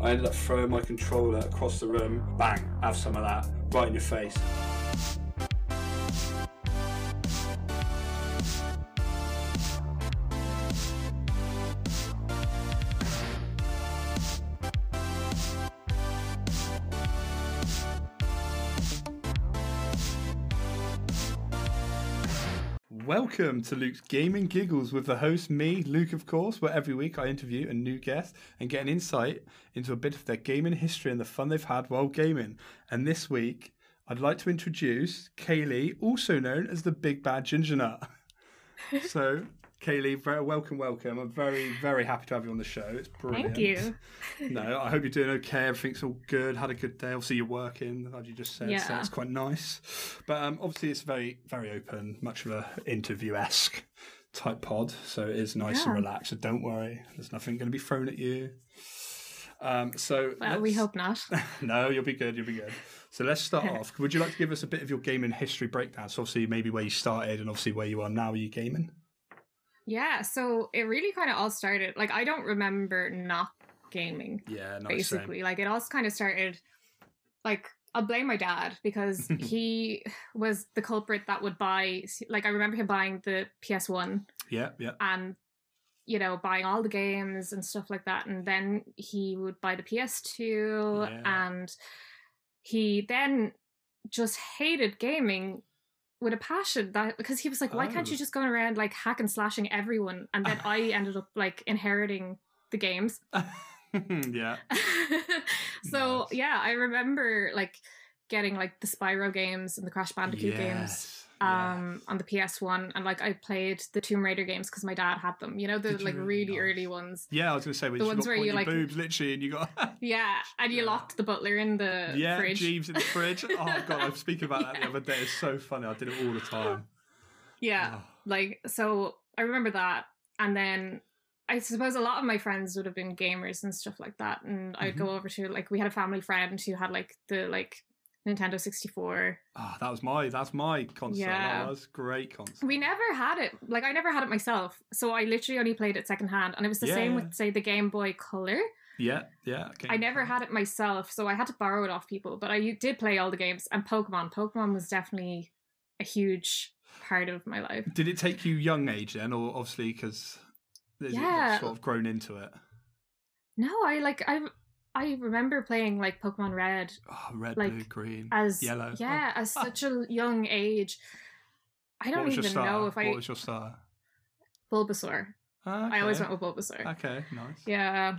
I ended up throwing my controller across the room. Bang, have some of that right in your face. Welcome to Luke's Gaming Giggles with the host, me, Luke, of course, where every week I interview a new guest and get an insight into a bit of their gaming history and the fun they've had while gaming. And this week, I'd like to introduce Kaylee, also known as the Big Bad Ginger Nut. so, Kaylee, very welcome, welcome. I'm very, very happy to have you on the show. It's brilliant. Thank you. No, I hope you're doing okay. Everything's all good. Had a good day. Obviously, you're working, as you just said, so Yeah. that's quite nice. But um, obviously, it's very, very open, much of a interview esque type pod. So it is nice and Yeah. relaxed. So don't worry, there's nothing going to be thrown at you. Um, so Well, we let's- hope not. no, you'll be good. You'll be good. So let's start off. Would you like to give us a bit of your gaming history breakdown? So obviously, maybe where you started and obviously where you are now. Are you gaming? Yeah, so it really kind of all started. Like, I don't remember not gaming, Yeah, basically. Like, it all kind of started. Like, I'll blame my dad because he was the culprit that would buy. Like, I remember him buying the PS1 Yeah, yeah. and, um, you know, buying all the games and stuff like that. And then he would buy the PS2 Yeah. and he then just hated gaming with a passion that because he was like, why can't Oh. you just go around like hack and slashing everyone? And then I ended up like inheriting the games. yeah. so Nice. yeah, I remember like getting like the Spyro games and the Crash Bandicoot games Yes, yeah. um on the PS1 and like I played the Tomb Raider games because my dad had them. You know, the Did you like really? really Nice. early ones. Yeah, I was gonna say when The you ones got where point you, your like- boobs literally, and you got Yeah, and you Yeah. locked the butler in the yeah, fridge. Jeeves in the fridge. Oh god, I was speaking about that the other day. It's so funny. I did it all the time. Yeah. Oh, Like so I remember that and then I suppose a lot of my friends would have been gamers and stuff like that and I'd Mm-hmm. go over to like we had a family friend who had like the like Nintendo 64. oh, that was my that's my concert. Yeah. That was great concert. We never had it. Like I never had it myself. So I literally only played it secondhand and it was the Yeah, same yeah. with say the Game Boy Color. Yeah, yeah. okay. I never had it myself, so I had to borrow it off people. But I did play all the games and Pokemon. Pokemon was definitely a huge part of my life. Did it take you young age then, or obviously because Yeah. sort of grown into it? No, I like I I remember playing like Pokemon Red Oh, red, Like, blue, green, as yellow. oh. Ah. Yeah, as such a young age. I what don't was your even star? know if I What was your star? Bulbasaur. Okay. I always went with Bulbasaur. Okay, nice. Yeah.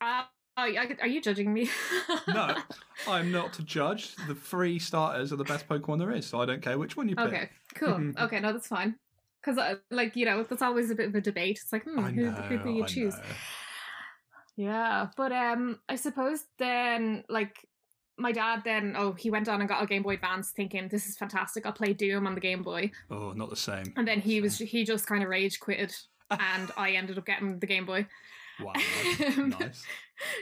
Uh, oh, yeah, I could- are you judging me? No, I'm not to judge. The three starters are the best Pokemon there is, so I don't care which one you pick. Okay, cool. okay, no, that's fine. Because, uh, like, you know, that's always a bit of a debate. It's like, hmm, I know. who, who do you I choose? know. Yeah, but um, I suppose then, like, my dad then, oh, he went on and got a Game Boy Advance thinking, this is fantastic, I'll play Doom on the Game Boy. Oh, not the same. And then Not he the was, same. he just kind of rage quitted. And um, I ended up getting the Game Boy. wow, nice. nice.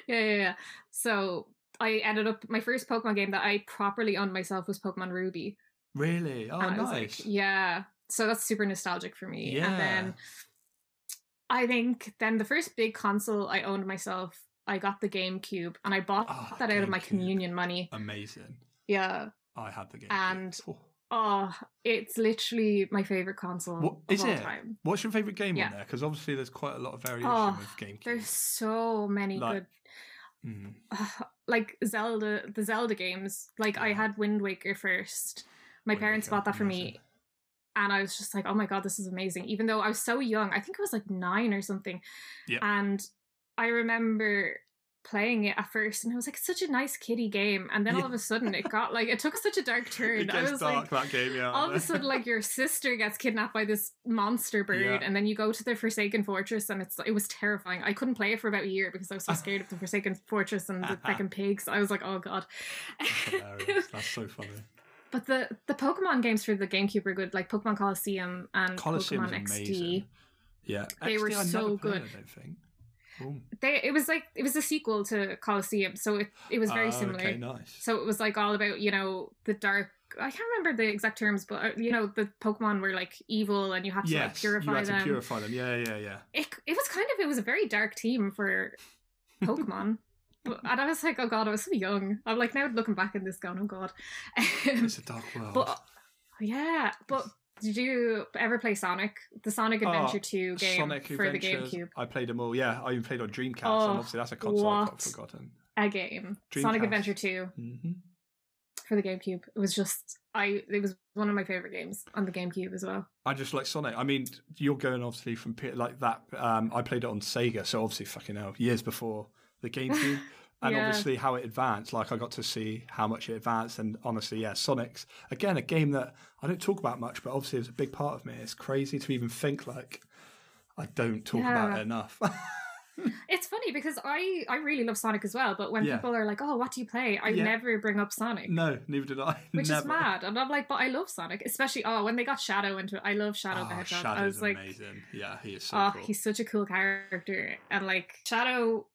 Yeah, yeah, yeah. So I ended up, my first Pokemon game that I properly owned myself was Pokemon Ruby. Really? Oh, And I was like, nice. yeah. So that's super nostalgic for me. Yeah. And then I think then the first big console I owned myself, I got the GameCube and I bought Ah, that out of my GameCube. communion money. Amazing. Yeah. I had the game. And- Oh, it's literally my favorite console What- of is all it? time. what's your favorite game Yeah. on there? Because obviously, there's quite a lot of variation Oh, with GameCube. There's so many Like- good Mm. like Zelda the Zelda games. Like I Yeah. had Wind Waker first. My Wind parents Waker, bought that for me amazing. and I was just like, oh my god, this is amazing. Even though I was so young, I think I was like nine or something. Yep. And I remember playing it at first and I was like, it's such a nice kiddie game. And then all of a sudden it got like, it took such a dark turn. It I gets was dark like, that game. Yeah. I all of know. a sudden, like your sister gets kidnapped by this monster bird, Yeah. and then you go to the Forsaken Fortress, and it's it was terrifying. I couldn't play it for about a year because I was Ah. so scared of the Forsaken Fortress and Uh-huh. the second pigs. I was like, oh god. That's hilarious. That's so funny. but the the Pokemon games for the GameCube were good, like Pokemon Coliseum and Colosseum Pokemon amazing. XD. Yeah, They were XD I never so played, good. I don't think. Ooh. They it was like it was a sequel to Coliseum, so it it was very Oh, similar. Okay, nice. So it was like all about you know the dark. I can't remember the exact terms, but uh, you know the Pokemon were like evil, and you have to like yes, purify you had them. to purify them. Yeah, yeah, yeah. it, it was kind of it was a very dark team for Pokemon. But, and I was like, oh god, I was so young. I'm like now looking back at this, going, oh god. Um, It's a dark world. but yeah, but did you ever play Sonic? The Sonic Oh, Adventure Two game Sonic for Adventures. the GameCube. I played them all. Yeah, I even played on Dreamcast, Oh, and obviously that's a console what? I've forgotten. A game. Sonic Dreamcast. Adventure Two hmm for the GameCube. It was just I. It was one of my favorite games on the GameCube as well. I just like Sonic. I mean, you're going obviously from pe- like that. Um, I played it on Sega, so obviously fucking hell, years before the GameCube, and Yeah. obviously how it advanced. Like I got to see how much it advanced, and honestly, yeah, Sonic's again a game that I don't talk about much, but obviously it was a big part of me. It's crazy to even think like I don't talk about Yeah. it enough. It's funny because I I really love Sonic as well, but when Yeah. people are like, "Oh, what do you play?" I Yeah. never bring up Sonic, no, neither did I. which Never. is mad. And I'm like, "But I love Sonic, especially oh when they got Shadow into it. I love Shadow the Oh, Hedgehog. I Shadow's was like, amazing. Yeah, he is so oh, cool. he's such a cool character." And like Shadow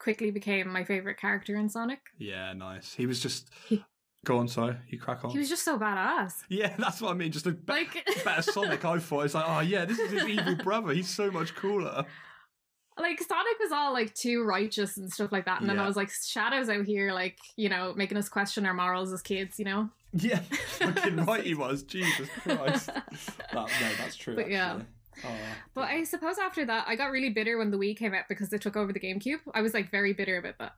quickly became my favorite character in Sonic. Yeah, nice. He was just. He- Go on, sorry. You crack on. He was just so badass. Yeah, that's what I mean. Just a be- Like better Sonic, I thought. It's like, oh, yeah, this is his evil brother. He's so much cooler. like Sonic was all like too righteous and stuff like that, and then Yeah. I was like, Shadow's out here, like you know, making us question our morals as kids, you know. Yeah, fucking right he was. Jesus Christ. That, no, that's true. But yeah. actually. Oh, But I suppose after that, I got really bitter when the Wii came out because they took over the GameCube. I was like very bitter about that,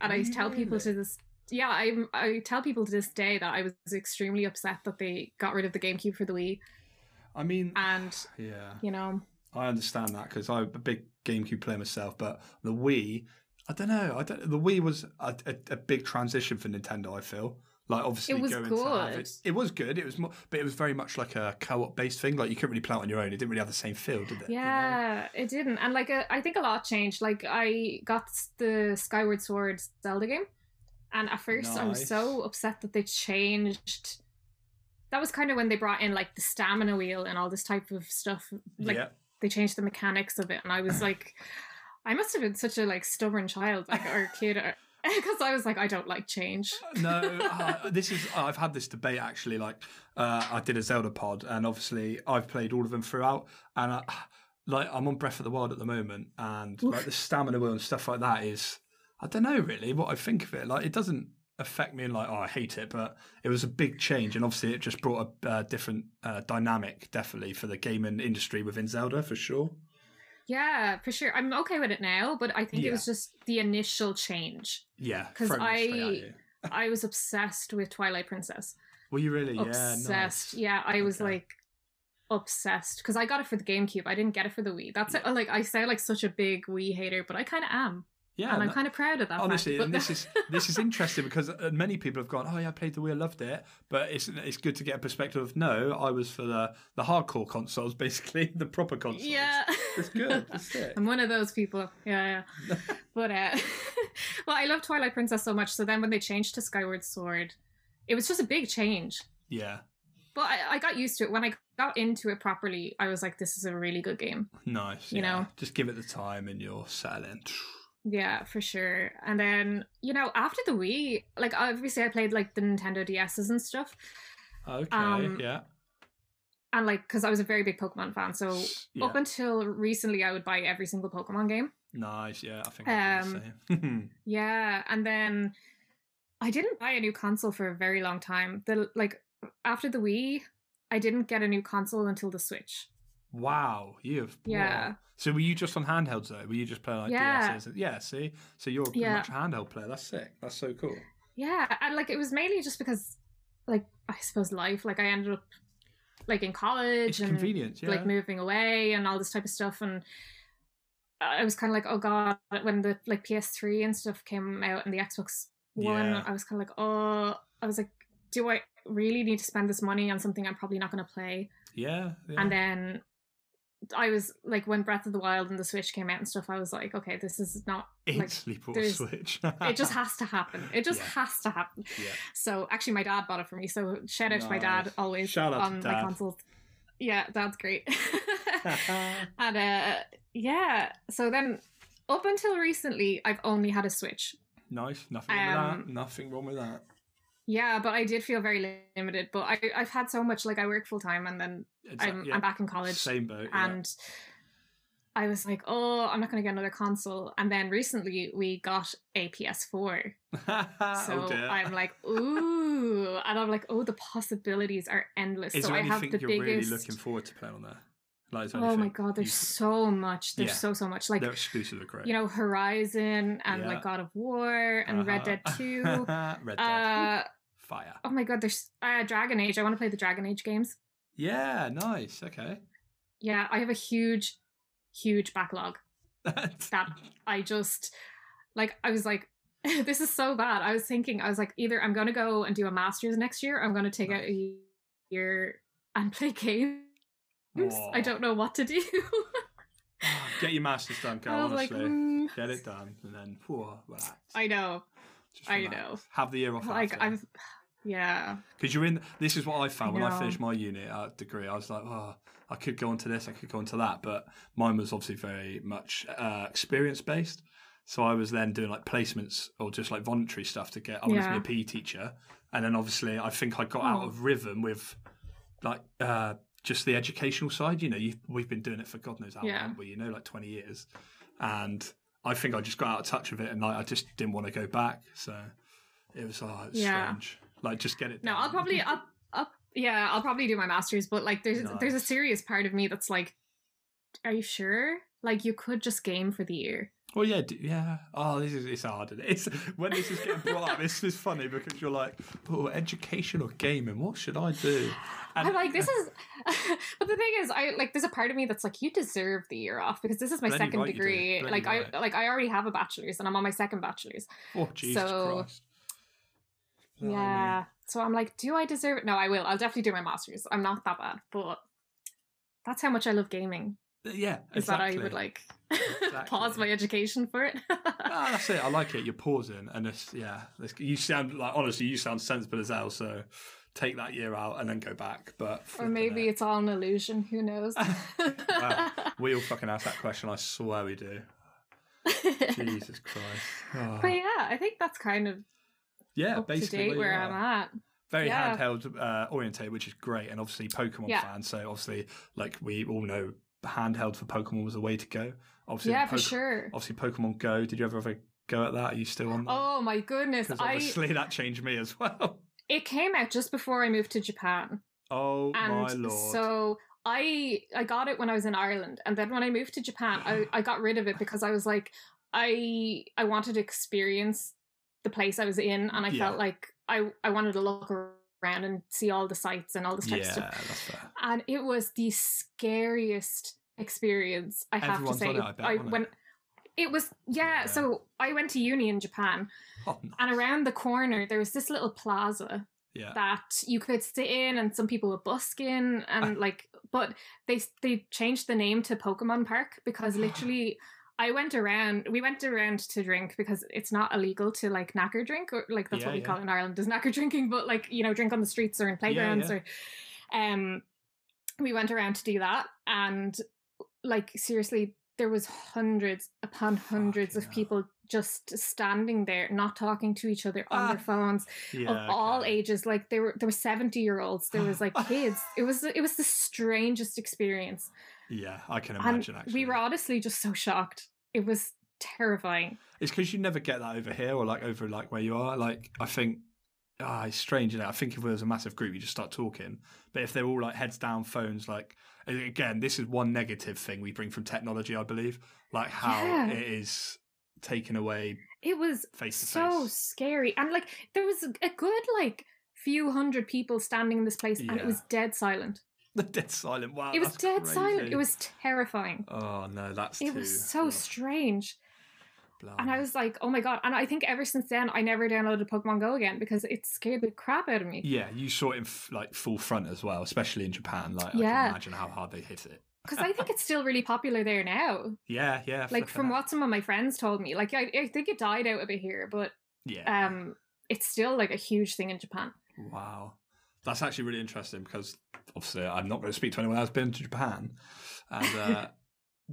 and I tell people to Really? this, yeah, I I tell people to this day that I was extremely upset that they got rid of the GameCube for the Wii, I mean, and yeah. you know, I understand that because I'm a big GameCube player myself, but the Wii, I don't know. I don't. The Wii was a, a, a big transition for Nintendo. I feel like obviously It was going to have good. it, it was good. It was more, but it was very much like a co-op based thing. Like you couldn't really play it on your own. It didn't really have the same feel, did it? You know? yeah, it didn't, and like uh, I think a lot changed. Like I got the Skyward Sword Zelda game, and at first I was Nice. so upset that they changed. That was kind of when they brought in like the stamina wheel and all this type of stuff, like yeah. they changed the mechanics of it and i was like i must have been such a like stubborn child like or kid because i was like i don't like change no, uh, this is. I've had this debate actually. Like, uh, I did a Zelda pod, and obviously, I've played all of them throughout. And I, like, I'm on Breath of the Wild at the moment, and like the stamina wheel and stuff like that is. I don't know really what I think of it. Like, it doesn't affect me in like, oh, I hate it, but it was a big change, and obviously, it just brought a uh, different uh, dynamic, definitely for the gaming industry within Zelda for sure. yeah for sure i'm okay with it now but i think Yeah. it was just the initial change Yeah, 'Cause throwing it straight at I- you. i was obsessed with twilight princess were you really? obsessed Yeah, nice. yeah i was Okay. like obsessed because i got it for the gamecube i didn't get it for the wii that's it like i sound like such a big wii hater but i kind of am Yeah, and i'm no- kind of proud of that fact, Honestly, but and this is this is interesting because uh, many people have gone, "Oh yeah, I played the Wii, I loved it," but it's it's good to get a perspective of no, I was for the the hardcore consoles, basically the proper consoles. yeah it's good. It's sick. I'm one of those people. Yeah, yeah. but uh well, I love Twilight Princess so much. So then when they changed to Skyward Sword, it was just a big change. yeah, But I, I got used to it. When I got into it properly, I was like, this is a really good game. nice. You yeah. know. just give it the time and you're settled in. Yeah, for sure. And then, you know, after the Wii, like obviously I played like the Nintendo DSs and stuff. Okay, Um, yeah. And like, because I was a very big Pokemon fan. So yeah. up until recently, I would buy every single Pokemon game. nice. Yeah, I think I did Um, the same. Yeah, and then I didn't buy a new console for a very long time. The like after the Wii, I didn't get a new console until the Switch. wow, you have Yeah. wow. So were you just on handhelds though? Were you just playing like Yeah. DSs? Yeah. See, so you're pretty Yeah. much a handheld player. That's sick. That's so cool. Yeah, and like it was mainly just because like I suppose life, like I ended up like in college It's and convenient. Yeah. like moving away and all this type of stuff and I was kind of like, oh god, when the like PS3 and stuff came out and the Xbox One, Yeah. I was kind of like, oh, I was like, do I really need to spend this money on something I'm probably not going to play? yeah. Yeah. And then I was like, when Breath of the Wild and the Switch came out and stuff, I was like, okay, this is not. instantly bought a there's- Switch. It just has to happen. It just Yeah. has to happen. Yeah. So actually, my dad bought it for me. So shout out to my dad Nice. always Shout out to on my Dad. consoles. Yeah, dad's great. and uh, yeah, so then up until recently, I've only had a Switch. nice. Nothing wrong with Um, that. Nothing wrong with that. Yeah, but I did feel very limited. But I, I've had so much. Like I work full time, and then Exactly. I'm, I'm back in college. Same boat. yeah. and I was like, oh, I'm not going to get another console. And then recently we got a PS4. So oh dear. I'm like, ooh. And I'm like, oh, the possibilities are endless. is so there I have anything the you're biggest. really looking forward to playing on there? Like, is there oh my anything? God, there's you- so much. There's Yeah. so, so much. Like, They're exclusive, they're great. you know, Horizon and Yeah. Uh-huh. like God of War and Red Dead 2. Red Dead. uh, Fire. oh my God, there's uh, Dragon Age. I want to play the Dragon Age games. Yeah, nice. Okay. Yeah, I have a huge, huge backlog. That's- that I just like I was like this is so bad. I was thinking I was like either I'm going to go and do a masters next year, or I'm going to take out a year and play games. Aw. I don't know what to do. Get your masters done, girl. I was like honestly, mm, get it done, and then whew, relax. I know. Just I relax. Have the year off. Like after. I'm yeah. Because you're in. This is what I found I when I know. finished my unit uh, degree. I was like, oh, I could go into this, I could go into that, but mine was obviously very much uh, experience based. So I was then doing like placements or just like voluntary stuff to get. I wanted Yeah. to be a PE teacher, and then obviously I think I got out Oh. of rhythm with like uh, just the educational side. You know, you've, we've been doing it for God knows how long, Yeah. haven't we? You know, like twenty years, and I think I just got out of touch with it, and like I just didn't want to go back. So it was, oh, it's Yeah. strange. Like just get it. No, done. I'll probably up up yeah, I'll probably do my masters, but like there's there's a Nice. serious part of me that's like are you sure? Like you could just game for the year. Well, yeah, d- yeah. Oh, this is it's hard. isn't it? It's when this is getting brought up. This is funny because you're like, oh, education or gaming? What should I do? And I'm like, this is. but the thing is, I like. There's a part of me that's like, you deserve the year off because this is my Bloody second right you do. degree. Bloody Like right. I like I already have a bachelor's and I'm on my second bachelor's. oh, Jesus so- Christ. Blimey. Yeah. So I'm like, do I deserve it? No, I will. I'll definitely do my masters. I'm not that bad, but that's how much I love gaming. yeah. Is exactly. that I would like pause Exactly. my education for it. Ah, that's it. I like it. You're pausing, and it's yeah. It's, you sound like honestly, you sound sensible as hell. So take that year out and then go back. But or flipping maybe it. it's all an illusion. Who knows? Wow. we all fucking ask that question. I swear we do. Jesus Christ. Oh. But yeah, I think that's kind of yeah, up to basically date you where are. I'm at. very Yeah. handheld uh, oriented, which is great, and obviously Pokemon Yeah. fans. So obviously, like we all know, handheld for Pokemon was the way to go. Obviously, Yeah, Poke- for sure. Obviously, Pokemon Go. Did you ever have a go at that? Are you still on that? Oh my goodness! Because I obviously that changed me as well. it came out just before I moved to Japan, Oh and my lord! so I I got it when I was in Ireland, and then when I moved to Japan, I, I got rid of it because I was like I I wanted to experience the place I was in, and I Yeah. felt like I I wanted to look around and see all the sights and all this type yeah, of stuff, that's fair. and it was the scariest experience I have Everyone's to say. on it, I bet, wasn't it? when it was Yeah. yeah. So I went to uni in Japan, Oh, nice. and around the corner there was this little plaza yeah, that you could sit in and some people were busking Ah. and like but they they changed the name to Pokemon Park Ah. because literally I went around we went around to drink because it's not illegal to like knacker drink or like that's Yeah, what we yeah. call it in Ireland is knacker drinking but like you know drink on the streets or in playgrounds yeah. or um we went around to do that and like seriously there was hundreds upon hundreds Fucking hell. of people just standing there not talking to each other on their Ah. phones yeah, of all okay. ages. Like there were there were seventy year olds. There was like kids. It was it was the strangest experience. Yeah, I can And imagine. actually, we were honestly just so shocked. It was terrifying. It's because you never get that over here or like over like where you are. Like I think, ah, it's strange. You know, I think if there was a massive group, you just start talking. But if they're all like heads down, phones like a- again, this is one negative thing we bring from technology, I believe. Like how Yeah. it is taken away It was face to so face. scary. And like there was a good like few hundred people standing in this place and Yeah. it was dead silent. The dead silent. Wow, it was that's dead silent. crazy. It was terrifying. Oh no, that's It too, Um, was so oh, strange. And I blimey. was like, oh my god. And I think ever since then I never downloaded Pokemon Go again because it scared the crap out of me. Yeah, you saw it in f- like full front as well, especially in Japan. Like I Yeah. can imagine how hard they hit it. Because I think it's still really popular there now. Yeah, yeah. like flipping from heck. what some of my friends told me like I, I think it died out a bit here but Yeah. um it's still like a huge thing in japan Wow. That's actually really interesting because obviously I'm not going to speak to anyone else been to Japan. And uh,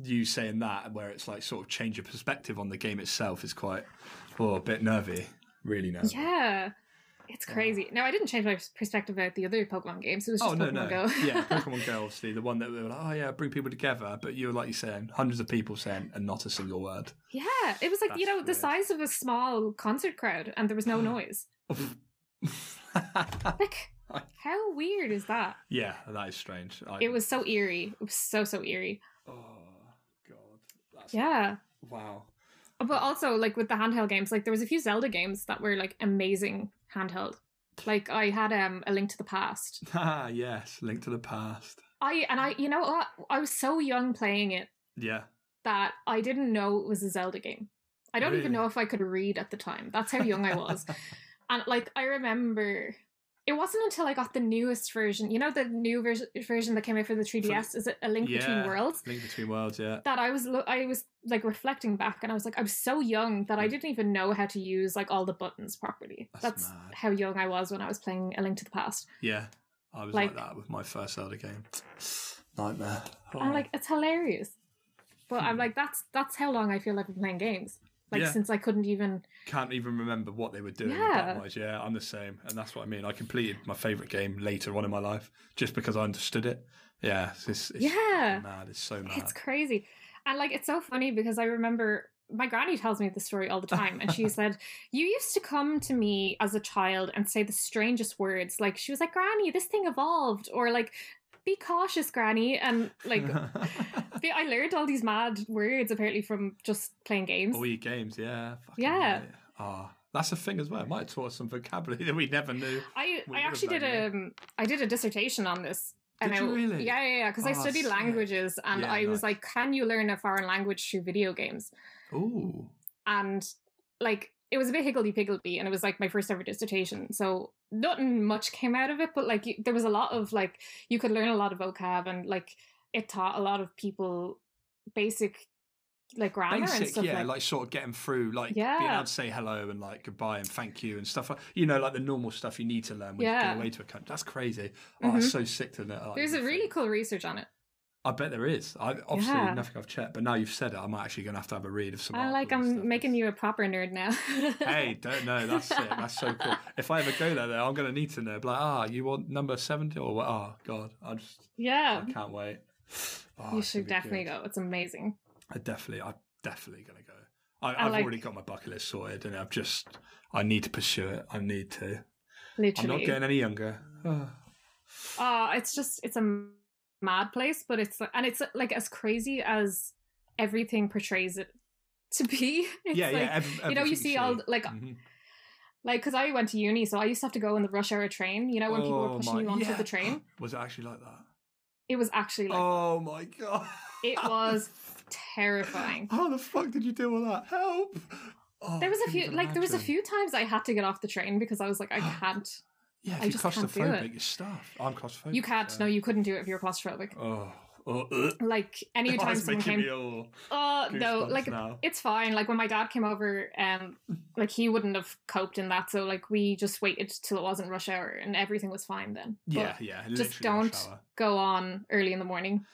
you saying that, where it's like sort of change your perspective on the game itself, is quite, oh, a bit nervy. Really nervy. yeah It's crazy. Now I didn't change my perspective about the other Pokemon games. It was oh just no, Pokemon no, Go. yeah, Pokemon Go, obviously the one that they were like, oh yeah, bring people together, but you were like you saying, hundreds of people saying, and not a single word. Yeah, it was like you That's know the weird. size of a small concert crowd, and there was no noise. Like, how weird is that? yeah, that is strange. I, It was so eerie. It was so so eerie. Oh god. That's, Yeah, Wow. but also like with the handheld games, like there was a few Zelda games that were like amazing handheld. Like I had um a Link to the Past. Ah yes, Link to the Past. I and I, you know, what? I was so young playing it Yeah. that I didn't know it was a Zelda game. I don't even Really? know if I could read at the time. That's how young I was. and like I remember it wasn't until I got the newest version, you know the new vers- version that came out for the 3DS, is it A Link Between Yeah. Worlds? Link Between Worlds. Yeah. That I was lo- I was like reflecting back and I was like I was so young that I didn't even know how to use like all the buttons properly. Mm. That's That's, mad. how young I was when I was playing A Link to the Past. Yeah. I was like, Like- that with my first Zelda game. Nightmare. I'm Oh. like it's hilarious. But I'm Hmm. like that's that's how long I feel I've been playing games. Like Yeah. since I couldn't even can't even remember what they were doing. Yeah. Yeah. yeah, I'm the same, and that's what I mean. I completed my favorite game later on in my life just because I understood it. Yeah, it's, it's, it's Yeah. mad. It's so mad. It's crazy. And like it's so funny because I remember my granny tells me this story all the time and she said, You used to come to me as a child and say the strangest words. Like she was like, Granny, this thing evolved or like be cautious, Granny. And like be- I learned all these mad words apparently from just playing games. all your games. Yeah, fucking Yeah. right. Ah, that's a thing as well. It might have taught us some vocabulary that we never knew. I, We I would have actually did known, yeah. a um, I did a dissertation on this. Did I, you really? Yeah, yeah, yeah. Because I Oh, studied sick. languages and Yeah, I was nice. like, can you learn a foreign language through video games? Ooh, and like it was a bit higgledy piggledy and it was like my first ever dissertation so nothing much came out of it but like you, there was a lot of like you could learn a lot of vocab and like it taught a lot of people basic like grammar and basic, stuff yeah, like, like, sort of getting through, like being Yeah. able to say hello and like goodbye and thank you and stuff. like- You know, like the normal stuff you need to learn when you Yeah. Mm-hmm. go away to a country. That's crazy. Oh, it's so sick to know. like, there's a things. really cool research on it I bet there is. I obviously Yeah. nothing I've checked, but now you've said it, I'm actually going to have to have a read of some. i articles like and stuff. i'm making you a proper nerd now Hey, don't know. That's it. That's so cool. If I ever go there, though, I'm going to need to know. Be Like, ah, you want number seventy or what? Oh God, I just yeah I can't wait. Oh, you it's gonna should be definitely good. go it's amazing I definitely, I'm definitely going to go. I, I I've like- already got my bucket list sorted, and I've just, I need to pursue it. I need to. I'm literally not getting any younger. Oh, uh it's just it's a m- mad place but it's and it's like as crazy as everything portrays it to be it's yeah, like, yeah. ev- you know you everything see all like Mhm. like because i went to uni so i used to have to go on the rush hour train you know uh, when people Oh were pushing my- you onto yeah. the train Was it actually like that? it was actually like Oh my god. It was Oh, terrifying. How the fuck did you deal with that? Help! Oh, there was I a couldn't few even like there was a imagine. few times i had to get off the train because i was like i can't Yeah, if I you're just can't do it. claustrophobic, you're stuffed. I'm claustrophobic. you can't so- no you couldn't do it if you're claustrophobic Oh, oh, ugh. like any Oh, time it's someone making came me all oh no goosebumps like now. it's fine like when my dad came over um like he wouldn't have coped in that so like we just waited till it wasn't rush hour and everything was fine then But yeah, yeah. just literally in the don't shower. go on early in the morning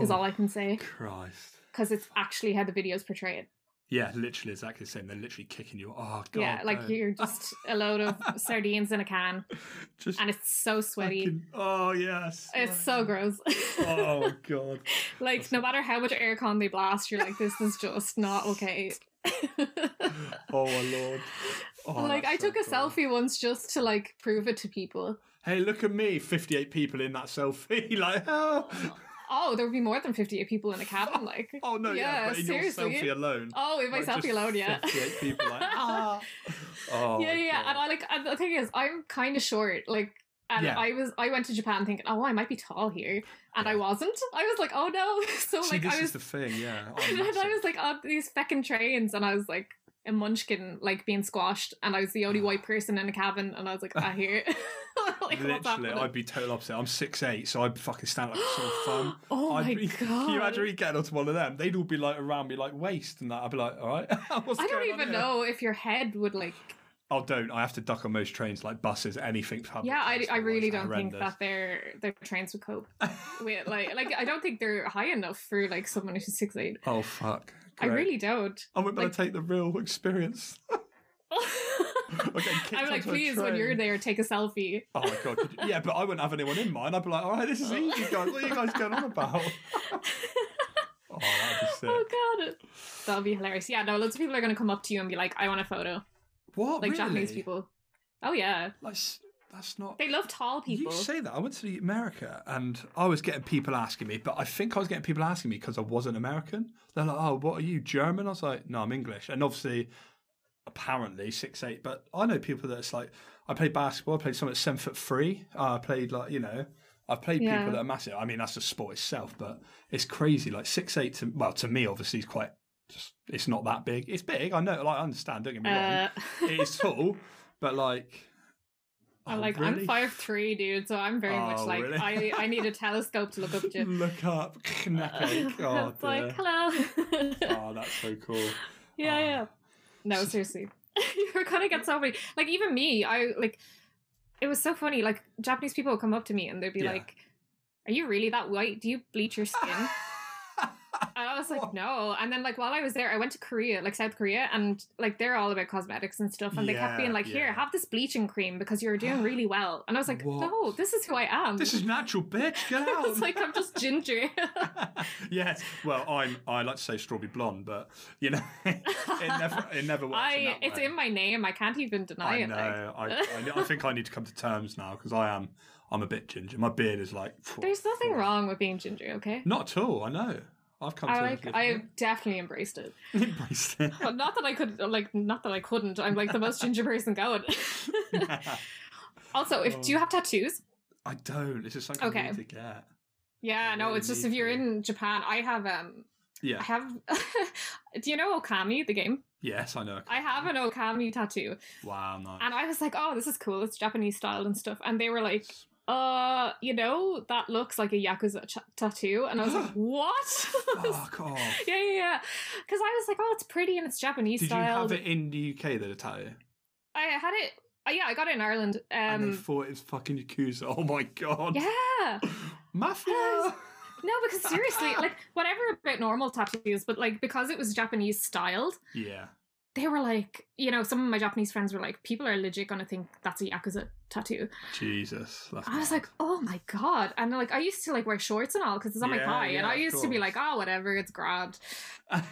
is Oh, all i can say Christ. because it's actually how the videos portray it Yeah, literally exactly the same. They're literally kicking you. Oh god. yeah like no. you're just a load of sardines in a can just and it's so sweaty fucking- Oh yes. it's so gross Oh my god. like no matter how much aircon they blast you're like this is just not okay Oh my lord. Oh, like that's i so took a cool. selfie once just to like prove it to people Hey, look at me. Fifty-eight people in that selfie. like, oh. Oh, there would be more than 58 people in a cabin, like. Oh no, yeah, but in seriously. your selfie alone. Oh, in my like, selfie just alone, yeah. 58 people like, ah. Oh, yeah, my yeah, yeah. God. And I like, and the thing is, I'm kind of short, like, and Yeah. I was, I went to Japan thinking, oh, I might be tall here, and I Yeah. wasn't. I was like, oh no. So See, like, this I is was, the thing, yeah. and I'm then I massive. was like on these feckin' trains, and I was like a munchkin, like being squashed, and I was the only white person in a cabin, and I was like, ah, here. like, what's Literally, happening? I'd be total opposite. I'm six eight, so I'd fucking stand like a sore thumb. oh I'd my be, Can you god. imagine me getting onto one of them? They'd all be like around me, like waist and that. I'd be like, all right. what's I don't going on even here?" know if your head would like. Oh, don't. I have to duck on most trains, like buses, anything. Public Yeah, I, I transport really is don't think horrendous. that their their trains would cope. with like like I don't think they're high enough for like someone who's six eight. oh fuck! I Great. really don't. I went to like- take the real experience. Okay, kicked I'm like, onto a please, when train. you're there, take a selfie. Oh my god! Could you, yeah, but I wouldn't have anyone in mind. I'd be like, all right, this is easy, guys. What are you guys going on about? Oh, that'd be sick. Oh god, that would be hilarious. Yeah, no, loads of people are gonna come up to you and be like, "I want a photo." What? Like really? Japanese people. Oh yeah, Like, s- that's not. they love tall people. You say that. I went to America and I was getting people asking me, but I think I was getting people asking me because I wasn't American. They're like, oh, what are you, German? I was like, no, I'm English. And obviously, apparently, six eight. but I know people that's like, I played basketball, I played something at 7 foot 3. Uh, I played, like, you know, I've played Yeah. people that are massive. I mean, that's the sport itself, but it's crazy. Like, six eight to, well, to me, obviously, is quite, just, it's not that big. It's big. I know, like, I understand, don't get me wrong. uh, It is tall, but like, I'm oh, like I'm really? five three, dude. So I'm very much Oh, like really? I I need a telescope to look up to. Uh, Look up Knepic. Oh, it's like dear. hello. oh, that's so cool. yeah, Oh. yeah. No, seriously. You're gonna get so many. Like even me, I like. It was so funny. Like Japanese people would come up to me and they'd be Yeah. like, "Are you really that white? Do you bleach your skin?" And I was like, What? no. And then like while I was there, I went to Korea, like South Korea, and like they're all about cosmetics and stuff. And they kept Yeah, being like, here, yeah. have this bleaching cream because you're doing really well. And I was like, What? no, this is who I am. this is natural, bitch. Get out. it's like I'm just ginger. yes. Well, I'm. I like to say strawberry blonde, but you know, it never. It never works. in I that it's way. in my name. I can't even I deny it. know. Like. I, I, I think I need to come to terms now because I am. I'm a bit ginger. My beard is like. There's nothing wrong with being ginger, okay? Not at all. I know. I've come I to like I definitely embraced it. embraced it. But not that I could like not that I couldn't. I'm like the most ginger person going. also, if Oh. do you have tattoos? I don't. It's just something I Okay. need to get. Yeah, I no, really it's just need if you're to. in Japan, I have um I Yeah. have do you know Okami the game? Yes, I know. I have an Okami tattoo. Wow. Nice. And I was like, "Oh, this is cool. It's Japanese style and stuff." And they were like, "Uh, you know, that looks like a yakuza cha tattoo." And I was like, "What?" Fuck off. yeah, yeah, yeah. Cuz I was like, "Oh, it's pretty and it's Japanese Did you style." have it in the UK, the tattoo? I had it uh, yeah, I got it in Ireland. and they Um thought it was fucking Yakuza. Oh my god. yeah. Mafia! No, because seriously, like whatever about normal tattoos, but like because it was Japanese styled, Yeah. they were like, you know, some of my Japanese friends were like, people are legit gonna think that's a yakuza tattoo. Jesus. That's I was mad. like, oh my god! And like, I used to like wear shorts and all because it's on my Yeah, thigh, and yeah, I of used to be course. like, oh whatever, it's grabbed. Oh,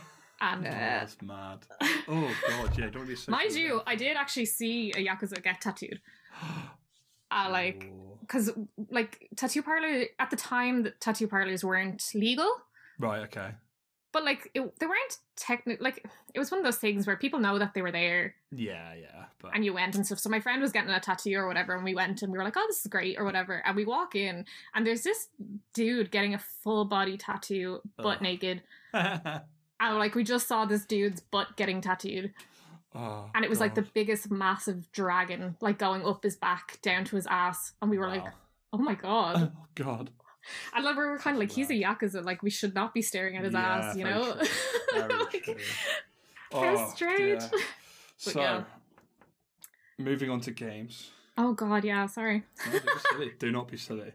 And uh, that's mad. Oh god, yeah, don't be so. mind you, I did actually see a yakuza get tattooed. Uh, like, Oh. because like tattoo parlor at the time, the tattoo parlors weren't legal. Right, okay. But like it, they weren't technically like it was one of those things where people know that they were there Yeah, yeah. But and you went and stuff. So my friend was getting a tattoo or whatever, and we went and we were like, "Oh, this is great" or whatever. And we walk in, and there's this dude getting a full body tattoo, butt Ugh. naked. And like we just saw this dude's butt getting tattooed, oh, and it was like the God. biggest massive dragon, like going up his back down to his ass, and we were like, Wow. "Oh my god!" Oh god. and like we were kind of like, "He's a yakuza, like we should not be staring at his ass," you know? Like, how strange. Oh, dear. But So, yeah. moving on to games. oh god, yeah, sorry. No, don't be silly. Do not be silly.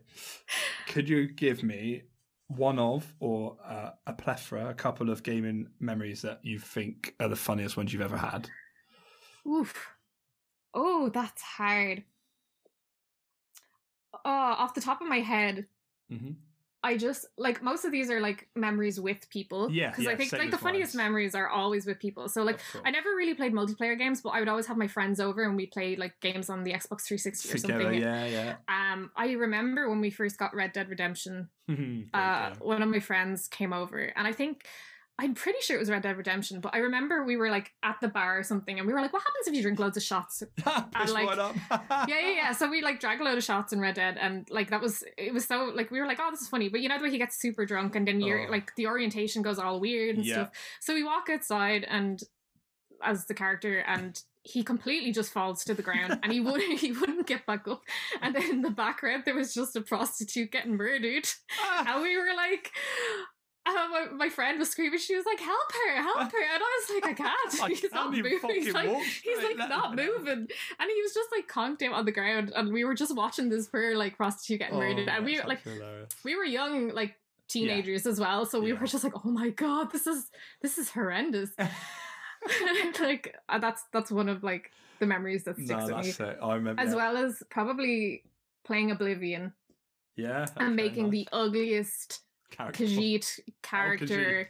Could you give me one of or uh, a plethora, a couple of gaming memories that you think are the funniest ones you've ever had? Oof. Oh, that's hard. Uh, off the top of my head, Mm-hmm. I just like most of these are like memories with people. Yeah, because I yeah, think same like the with funniest mine. memories are always with people. So like I never really played multiplayer games, but I would always have my friends over and we played like games on the Xbox 360 or together, something. yeah, yeah. Um, I remember when we first got Red Dead Redemption Great uh, game. one of my friends came over, and I think I'm pretty sure it was Red Dead Redemption, but I remember we were like at the bar or something, and we were like, "What happens if you drink loads of shots?" Push Uh, like- one up. yeah, yeah, yeah. So we like drank a load of shots in Red Dead, and like that was it was so like we were like, "Oh, this is funny," but you know the way he gets super drunk, and then you're Oh. like the orientation goes all weird and Yeah. stuff. So we walk outside, and as the character and. He completely just falls to the ground, and he wouldn't. He wouldn't get back up. And then in the background, there was just a prostitute getting murdered and we were like uh, my, my friend was screaming she was like help her help her and i was like i can't I he's can't not even moving fucking he's like, walk he's straight, like let not me- moving and he was just like conked out on the ground and we were just watching this poor like prostitute getting murdered and we Oh, that's like actually hilarious. we were young like teenagers as well so we Yeah. were just like oh my god this is this is horrendous like uh, that's that's one of like the memories that sticks no, with me, that's it. I remember. as that. well as probably playing Oblivion Yeah. and making the ugliest the character. Khajiit character, Oh, Khajiit.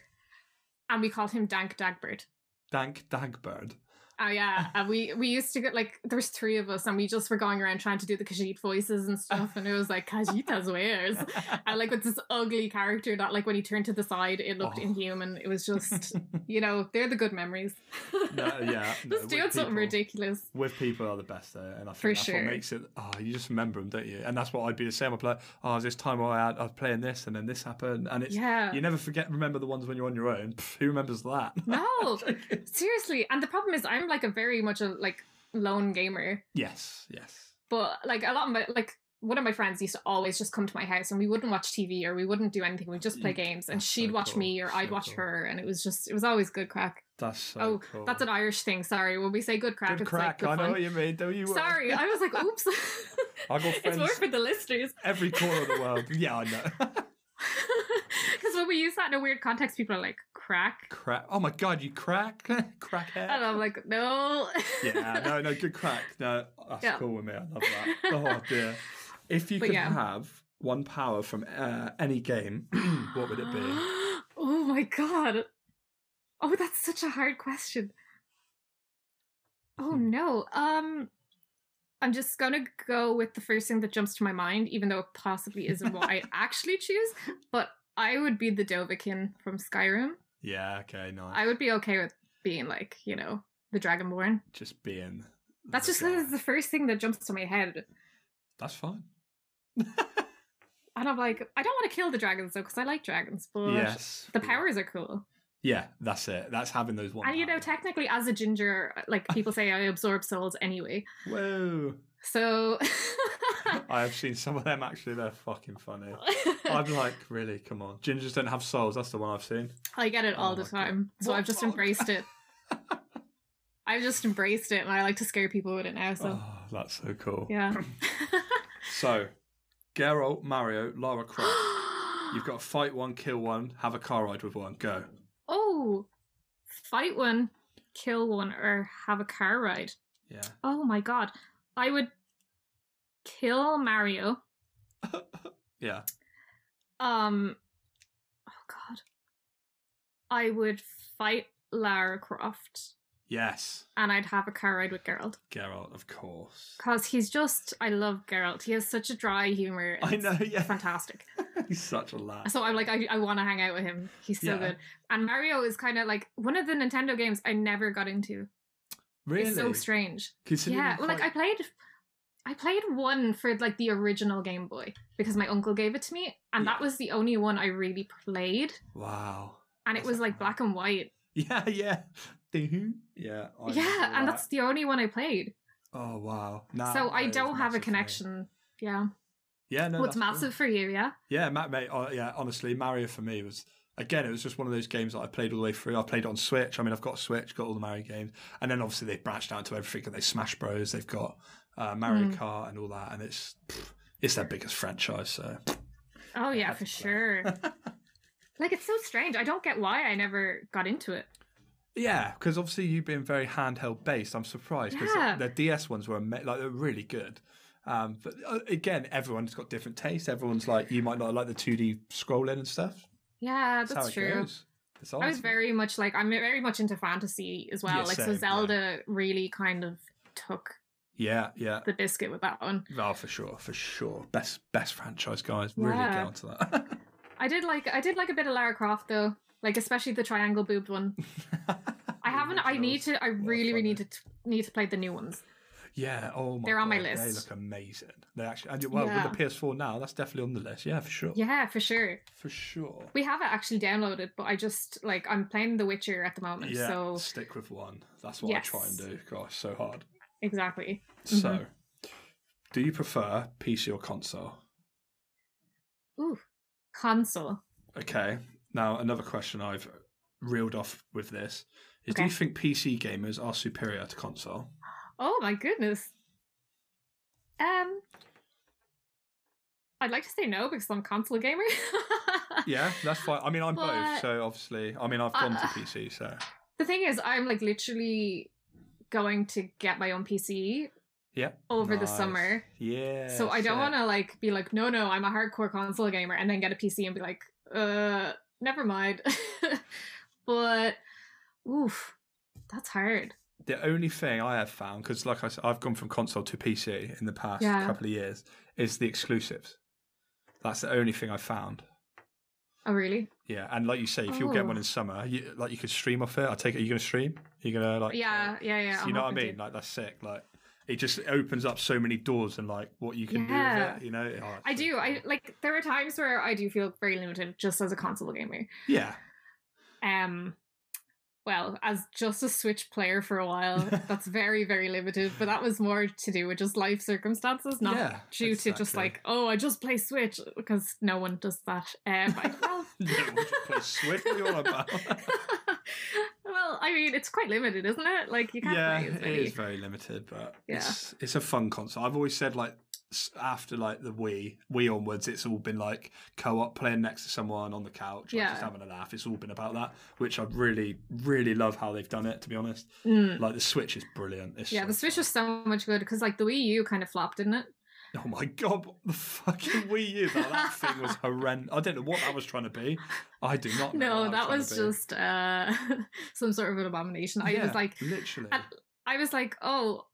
and we called him Dank Dagbird. Dank Dagbird. Oh yeah, and we we used to get like there was three of us, and we just were going around trying to do the Khajiit voices and stuff, and it was like Khajiita's wares, and like with this ugly character that like when he turned to the side, it looked Oh. inhuman. It was just you know they're the good memories. No, yeah, no, just with doing something people- ridiculous. with people are the best though, and I think For that's sure. what makes it. Oh, you just remember them, don't you? And that's what I'd be the same. I'd play. Oh, this time I had, I was playing this, and then this happened, and it's Yeah. you never forget. Remember the ones when you're on your own. Pff, who remembers that? No. Seriously, and the problem is I'm like a very much a like lone gamer. yes, yes. But like a lot of my like one of my friends used to always just come to my house and we wouldn't watch TV or we wouldn't do anything. We'd just play You- games and that's so she'd watch cool, me or I'd so watch cool. her and it was just it was always good crack. That's so oh, cool. that's an Irish thing. Sorry, when we say good crack, good it's crack. like I good know fun. what you mean. Don't you? worry. Sorry, I was like, oops. I got it's more friends- for the listeners Every corner of the world. Yeah, I know. because when we use that in a weird context, people are like crack, crack. Oh my god, you crack, crack and I'm hair. like, no. Yeah, no, no, good crack. No, that's Yeah. cool with me. I love that. Oh dear. If you But could yeah. have one power from uh, any game, what would it be? oh my god. Oh, that's such a hard question. Oh Hmm. no. Um I'm just gonna go with the first thing that jumps to my mind, even though it possibly isn't what I actually choose. But I would be the Dovahkiin from Skyrim. Yeah, okay, nice. I would be okay with being like, you know, the Dragonborn. just being. That's the just guy. because it's the first thing that jumps to my head. That's fine. And I'm like, I don't want to kill the dragons though, because I like dragons, but yes. the powers are cool. Yeah, that's it. That's having those one. And you know, power. technically, as a ginger, uh, like people say, I absorb souls anyway. Whoa. So, I have seen some of them actually. They're fucking funny. I'm like, really? Come on. Gingers don't have souls. That's the one I've seen. I get it all Oh the my God. time. So What I've just the- embraced it. I've just embraced it, and I like to scare people with it now. So, Oh, that's so cool. yeah. So, Geralt, Mario, Lara Croft. You've got to fight one, kill one, have a car ride with one. Go. oh, fight one, kill one, or have a car ride. Yeah. Oh my god, I would kill Mario. Yeah. Um, oh god, I would fight Lara Croft, Yes. and I'd have a car ride with Geralt Geralt, of course. because he's just. I love Geralt. He has such a dry humor. and I know, it's yeah. fantastic. He's such a laugh. So I'm like, I, I want to hang out with him. He's so Yeah. good. And Mario is kind of like one of the Nintendo games I never got into. really? It's so strange. Considering yeah, you well, like I quite- played, I played one for like the original Game Boy because my uncle gave it to me, and that Yeah. was the only one I really played. Wow. And it That's was amazing. like black and white. Yeah, yeah. Doo-hoo. Yeah. I remember yeah, that. and that's the only one I played. Oh, wow. Nah, so I Mario's don't have a massive for me. connection. Yeah, Yeah, no. what's that's cool. massive for you? Yeah, Yeah, Matt, mate. Oh, yeah, honestly, Mario for me was again. It was just one of those games that I played all the way through. I played it on Switch. I mean, I've got Switch, got all the Mario games, and then obviously they've branched out to everything. They Smash Bros. They've got uh, Mario Mm. Kart and all that, and it's pff, it's their biggest franchise. So oh I yeah, had for to play. sure. like it's so strange. I don't get why I never got into it. yeah, because obviously you being very handheld based, I'm surprised because Yeah. the, DS ones were ama- like they're really good. Um, but uh, again, everyone's got different tastes. Everyone's like, you might not like the 2D scrolling and stuff. Yeah, That's, that's, how it true. goes. It's I was awesome. very much like I'm very much into fantasy as well. Yeah, like same, so, yeah. Zelda really kind of took yeah, yeah. the biscuit with that one. Oh, for sure, for sure. Best best franchise, guys. Really Yeah. get onto that. I did like I did like a bit of Lara Croft though, like especially the triangle boobed one. I haven't. I need to. I really, really need to need to play the new ones. Yeah. Oh my. They're on my God, They list. look amazing. They actually. And, well, Yeah. with the PS4 now, that's definitely on the list. Yeah, for sure. Yeah, for sure. For sure. We have it actually downloaded, but I just like I'm playing The Witcher at the moment. Yeah. Um, So Stick with one. That's what I try and Yes. Mm-hmm. do. Gosh, so hard. exactly. So, do you prefer PC or console? Ooh, console. Okay. Now, another question I've reeled off with this is: Do Okay. you think PC gamers are superior to console? Oh my goodness. Um, I'd like to say no because I'm a console gamer. Yeah, that's fine. I mean, I'm But- both, so obviously, I mean, I've gone to Uh, PC, so the thing is, I'm like literally going to get my own PC Yeah. over the Nice. summer. Yeah. so I don't shit. want to like be like, no, no, I'm a hardcore console gamer, and then get a PC and be like, uh, never mind. but oof, that's hard. the only thing I have found, because like I said, I've gone from console to PC in the past Yeah. couple of years, is the exclusives. That's the only thing I found. Oh really? Yeah, and like you say, if you'll get Oh. one in summer, you, like you could stream off it. I take it. Are you going to stream? Are you going to like? yeah, yeah, yeah. you I'm know what I hoping to. mean? Like that's sick. Like it just opens up so many doors and like what you can do Yeah. with it. You know. Oh, it's I really do. I cool. like. There are times where I do feel very limited, just as a console gamer. Yeah. Um, well, as just a Switch player for a while, that's very, very limited. But that was more to do with just life circumstances, not Yeah, due to just exactly. like, oh, I just play Switch because no one does that. Um, I- well, No one just plays Switch? What are you on about? well, I mean, it's quite limited, isn't it? Like you can't yeah, play as it many. is very limited, but Yeah. it's it's a fun console. I've always said like s- after like the Wii, Wii onwards, it's all been like co-op playing next to someone on the couch, like, Yeah. just having a laugh. It's all been about that, which I really really love how they've done it. To be honest, Mm. like the Switch is brilliant. It's Yeah, so the Switch fun. was so much good because like the Wii U kind of flopped, didn't it? Oh my god, what the fucking Wii U! That, that thing was horrendous. I don't know what that was trying to be. I do not. know No, what that trying was to be. just uh, some sort of an abomination. I Yeah, was like, literally. and- I was like, oh,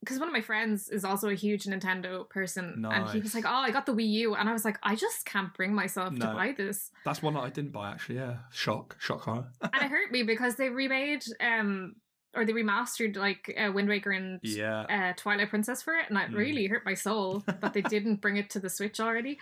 because one of my friends is also a huge Nintendo person, and he was Nice. like, oh, I got the Wii U, and I was like, I just can't bring myself to No. buy this, That's one that I didn't buy actually. Yeah, shock, shock horror. and it hurt me because they remade um or they remastered like uh, Wind Waker and. Yeah, Uh, Twilight Princess for it, and that Mm. really hurt my soul that they didn't bring it to the Switch already.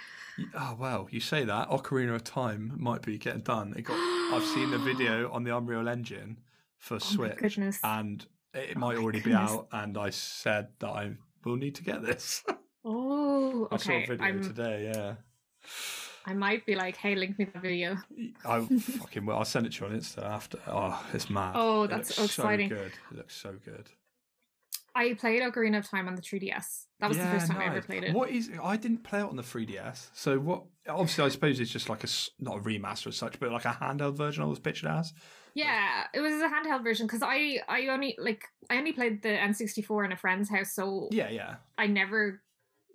Oh wow, you say that Ocarina of Time might be getting done. It got I've seen the video on the Unreal Engine for Oh my Switch Uh, goodness. and it Oh might my already goodness. be out and I said that I will need to get this. oh, I saw a okay. video I'm, today, yeah. I might be like, hey, link me the video. I fucking will. I'll send it to you on Insta after. Oh, it's mad. Oh, It that's looks so exciting. good. It looks so good. I played Ocarina of Time on the 3DS. That was Yeah, the first time I ever nice. played it. What is? I didn't play it on the 3DS. So what? Obviously, I suppose it's just like a s- not a remaster as such, but like a handheld version. I was pictured as. Yeah, it was a handheld version because I I only like I only played the N64 in a friend's house, so Yeah, yeah. I never,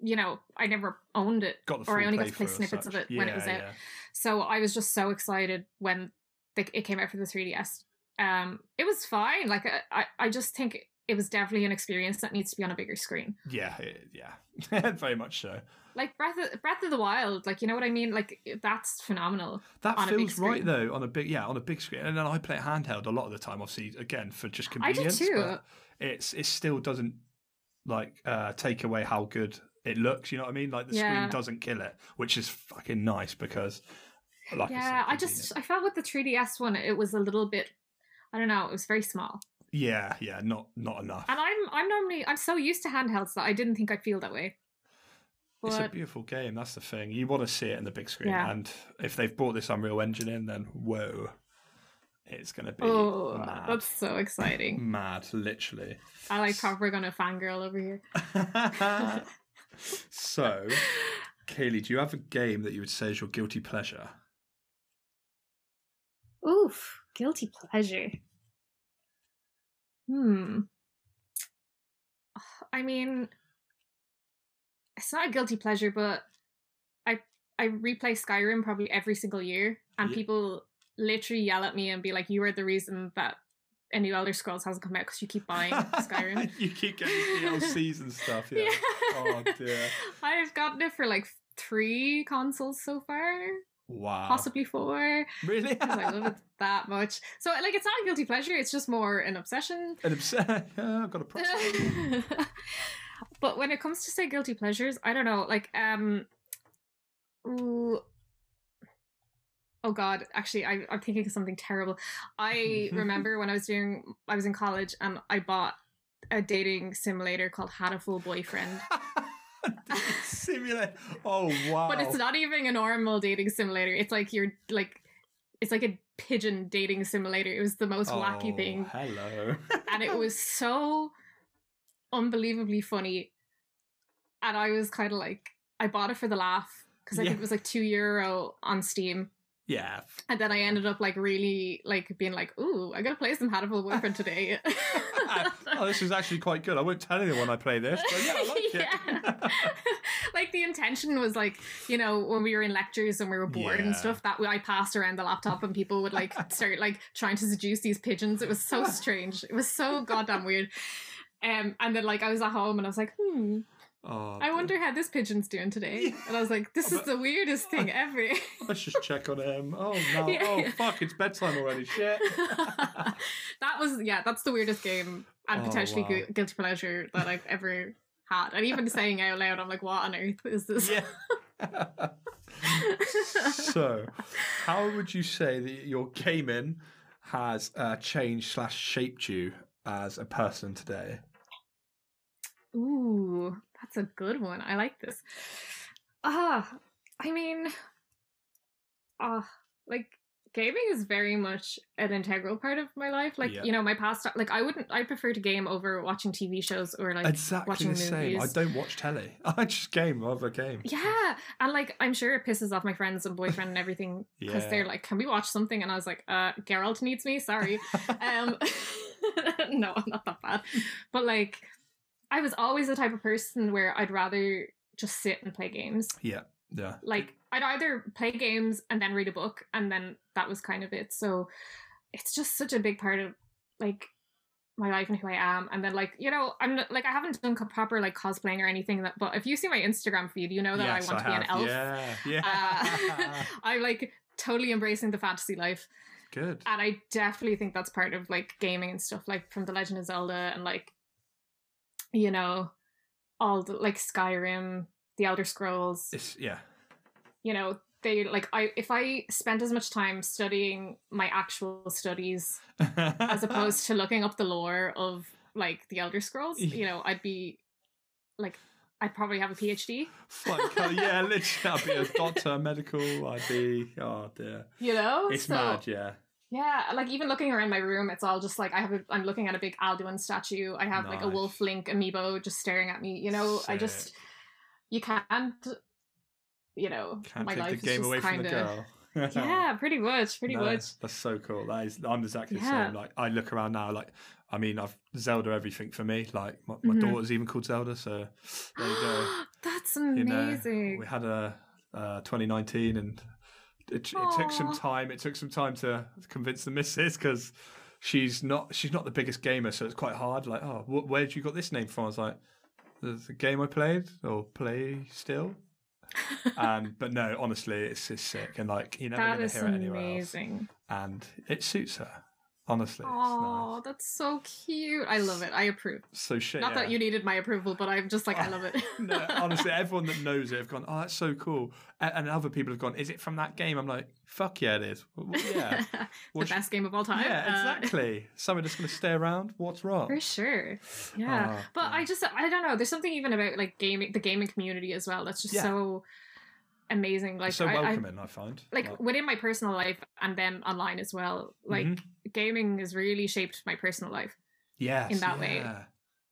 you know, I never owned it. Got the full Or I only got to play playthrough as snippets of such. it when it Yeah, was out. yeah. So I was just so excited when the, it came out for the 3DS. Um, it was fine. Like I I, I just think it was definitely an experience that needs to be on a bigger screen. Yeah, it- yeah, very much so. Like Breath of, Breath of the Wild, like you know what I mean? Like that's phenomenal. That On a big feels right screen. though on a big yeah on a big screen, and then I play it handheld a lot of the time. Obviously, again for just I do convenience. too. but It's it still doesn't like uh take away how good it looks. You know what I mean? Like the Yeah. screen doesn't kill it, which is fucking nice because like yeah, I I, said, just I felt with the 3DS one it was a little bit I don't know, it was very small. convenient. yeah yeah not not enough. And I'm I'm normally I'm so used to handhelds that I didn't think I'd feel that way. It's a But beautiful game. That's the thing. You want to see it in the big screen, Yeah. and if they've brought this Unreal Engine in, then whoa, it's gonna be oh, mad. that's so exciting! mad, literally. I like proper gonna fangirl over here. so, Kaylee, do you have a game that you would say is your guilty pleasure? Oof, guilty pleasure. Hmm. I mean, it's not a guilty pleasure, but I I replay Skyrim probably every single year, and Ye- people literally yell at me and be like, "You are the reason that a new Elder Scrolls hasn't come out because you keep buying Skyrim." you keep getting DLCs and stuff. Yeah. Oh dear. I've gotten it for like three consoles so far, Wow. possibly four. Really? 'cause I love it that much. So like, it's not a guilty pleasure. It's just more an obsession. An obsession. I've got a problem. but when it comes to say guilty pleasures, I don't know. Like, um, ooh, oh god, actually, I, I'm thinking of something terrible. I remember when I was doing, I was in college, and I bought a dating simulator called Had a Full Boyfriend. Simulate. Oh wow. but it's not even a normal dating simulator. It's like you're like it's like a pigeon dating simulator. It was the most wacky Oh, thing, Hello. and it was so unbelievably funny. And I was kind of like, I bought it for the laugh because I think Yeah. it was like two euro on Steam, Yeah. And then I ended up like really like being like, ooh, I gotta play some Hannibal Boyfriend today. oh, this is actually quite good. I won't tell anyone I play this, but yeah, I like it. like the intention was like, you know, when we were in lectures and we were bored Yeah. and stuff, that I passed around the laptop and people would like start like trying to seduce these pigeons. It was so strange. It was so goddamn weird. Um, and then like I was at home and I was like, hmm, oh, I wonder how this pigeon's doing today. And I was like, this is the weirdest thing ever. Let's just check on him. Oh no! Yeah. Oh fuck! It's bedtime already. Shit. that was yeah, that's the weirdest game and Oh, potentially wow. gu- guilty pleasure that I've ever had. And even saying out loud, I'm like, what on earth is this? yeah. so, how would you say that your gaming has uh, changed slash shaped you as a person today? Ooh, that's a good one. I like this. Ah, I mean, ah, like gaming is very much an integral part of my life. Like Yeah. you know, my past, like I wouldn't, I prefer to game over watching TV shows or like exactly watching the same. movies. I don't watch telly. I just game. I have a game. Yeah, and like I'm sure it pisses off my friends and boyfriend and everything because Yeah. they're like, "Can we watch something?" And I was like, "Uh, Geralt needs me. Sorry." um, no, I'm not that bad, but like, I was always the type of person where I'd rather just sit and play games. Yeah. Like, I'd either play games and then read a book, and then that was kind of it. So, it's just such a big part of like my life and who I am. And then like you know, I'm not- like I haven't done co- proper like cosplaying or anything. That, but if you see my Instagram feed, you know that I want to be an elf. Yeah. Yeah. Uh, I'm like totally embracing the fantasy life, Good. and I definitely think that's part of like gaming and stuff, like from The Legend of Zelda and like, you know, all the like Skyrim, The Elder Scrolls. It's, yeah. You know, they like I if I spent as much time studying my actual studies as opposed to looking up the lore of like The Elder Scrolls, you know, I'd be like, I'd probably have a PhD. Fuck, hell, yeah, literally, I'd be a doctor, medical, I'd be, oh dear. You know, It's So- mad, yeah. Yeah, like even looking around my room, it's all just like I have. A, I'm looking at a big Alduin statue. I have like a Nice. Wolf Link amiibo just staring at me. You know, I just Sick. you can't. You know, Can't my life take the is game just away from kind the of girl. yeah, pretty much, pretty No, much. That's so cool. That is, I'm exactly the Yeah. same. Like, I look around now, like, I mean, I've Zelda everything for me. Like, my, my Mhm. daughter's even called Zelda, so there you go. That's You know, amazing. uh, we had a uh, 2019 and it, it took some Aw. time it took some time to convince the missus because she's not she's not the biggest gamer so it's quite hard like oh wh- where'd you got this name from i was like there's a game i played or play still um but no honestly it's, it's sick and like you're never that gonna is hear it anywhere else amazing. and it suits her honestly it's Oh, nice. that's so cute. I love it. I approve. so shit Not yeah. that you needed my approval, but I'm just like I love it. no, honestly, everyone that knows it have gone, oh, that's so cool. And, and other people have gone, is it from that game? I'm like, fuck yeah, it is. W- w- Yeah. the What sh- best game of all time. yeah, Uh, exactly. Some are just going to stay around. What's For wrong? sure. Yeah. Oh, but God. I just I don't know, there's something even about like gaming the gaming community as well that's just Yeah. so amazing. Like It's so I, I- welcoming, I, find. like within my personal life and then online as well. Like Mhm. gaming has really shaped my personal life. yes, in that way. yeah.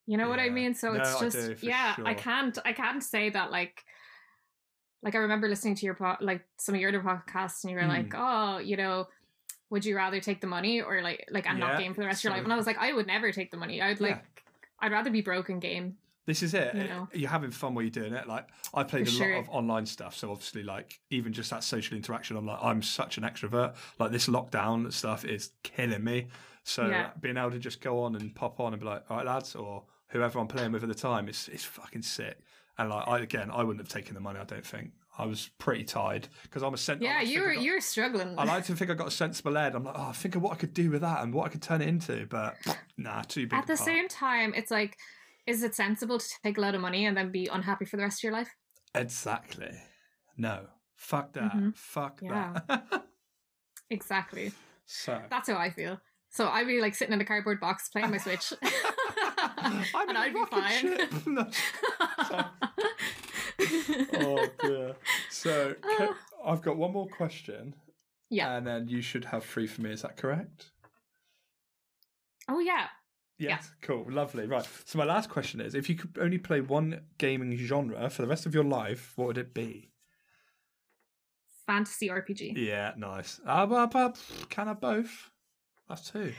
You know what I Yeah. mean? So No, it's I just do, for yeah, I sure. can't I can't say that like like I remember listening to your po- like some of your other podcasts and you were Mm. like, "Oh, you know, would you rather take the money or like like and Yeah, not game for the rest of your so- life?" And I was like, "I would never take the money. I'd Yeah. like I'd rather be broke and game." This is it. you It- know. You're having fun while you're doing it. Like I played For a sure. lot of online stuff, so obviously, like even just that social interaction. I'm like, I'm such an extrovert. Like this lockdown stuff is killing me. So Yeah. being able to just go on and pop on and be like, all right, lads, or whoever I'm playing with at the time, it's it's fucking sick. And like I again, I wouldn't have taken the money. I don't think I was pretty tired because I'm a cent. I Yeah, like to you think I were got- you were struggling. I like to think I got a sensible head. I'm like, oh, think of what I could do with that and what I could turn it into. But nah, too big. a At the part. same time, it's like, is it sensible to take a lot of money and then be unhappy for the rest of your life? Exactly. No. Fuck that. Mhm. Fuck Yeah. that. Exactly. so That's how I feel. So I'd be like sitting in a cardboard box playing my Switch. I'm in and a I'd be rocket fine. ship. No. oh dear. So can- I've got one more question. Ah. Yeah. And then you should have three for me. Is that correct? oh yeah. Yes. Cool. Lovely. Right. So my last question is: If you could only play one gaming genre for the rest of your life, what would it be? fantasy RPG. Yeah, nice. Uh, but, but, can I both? That's two.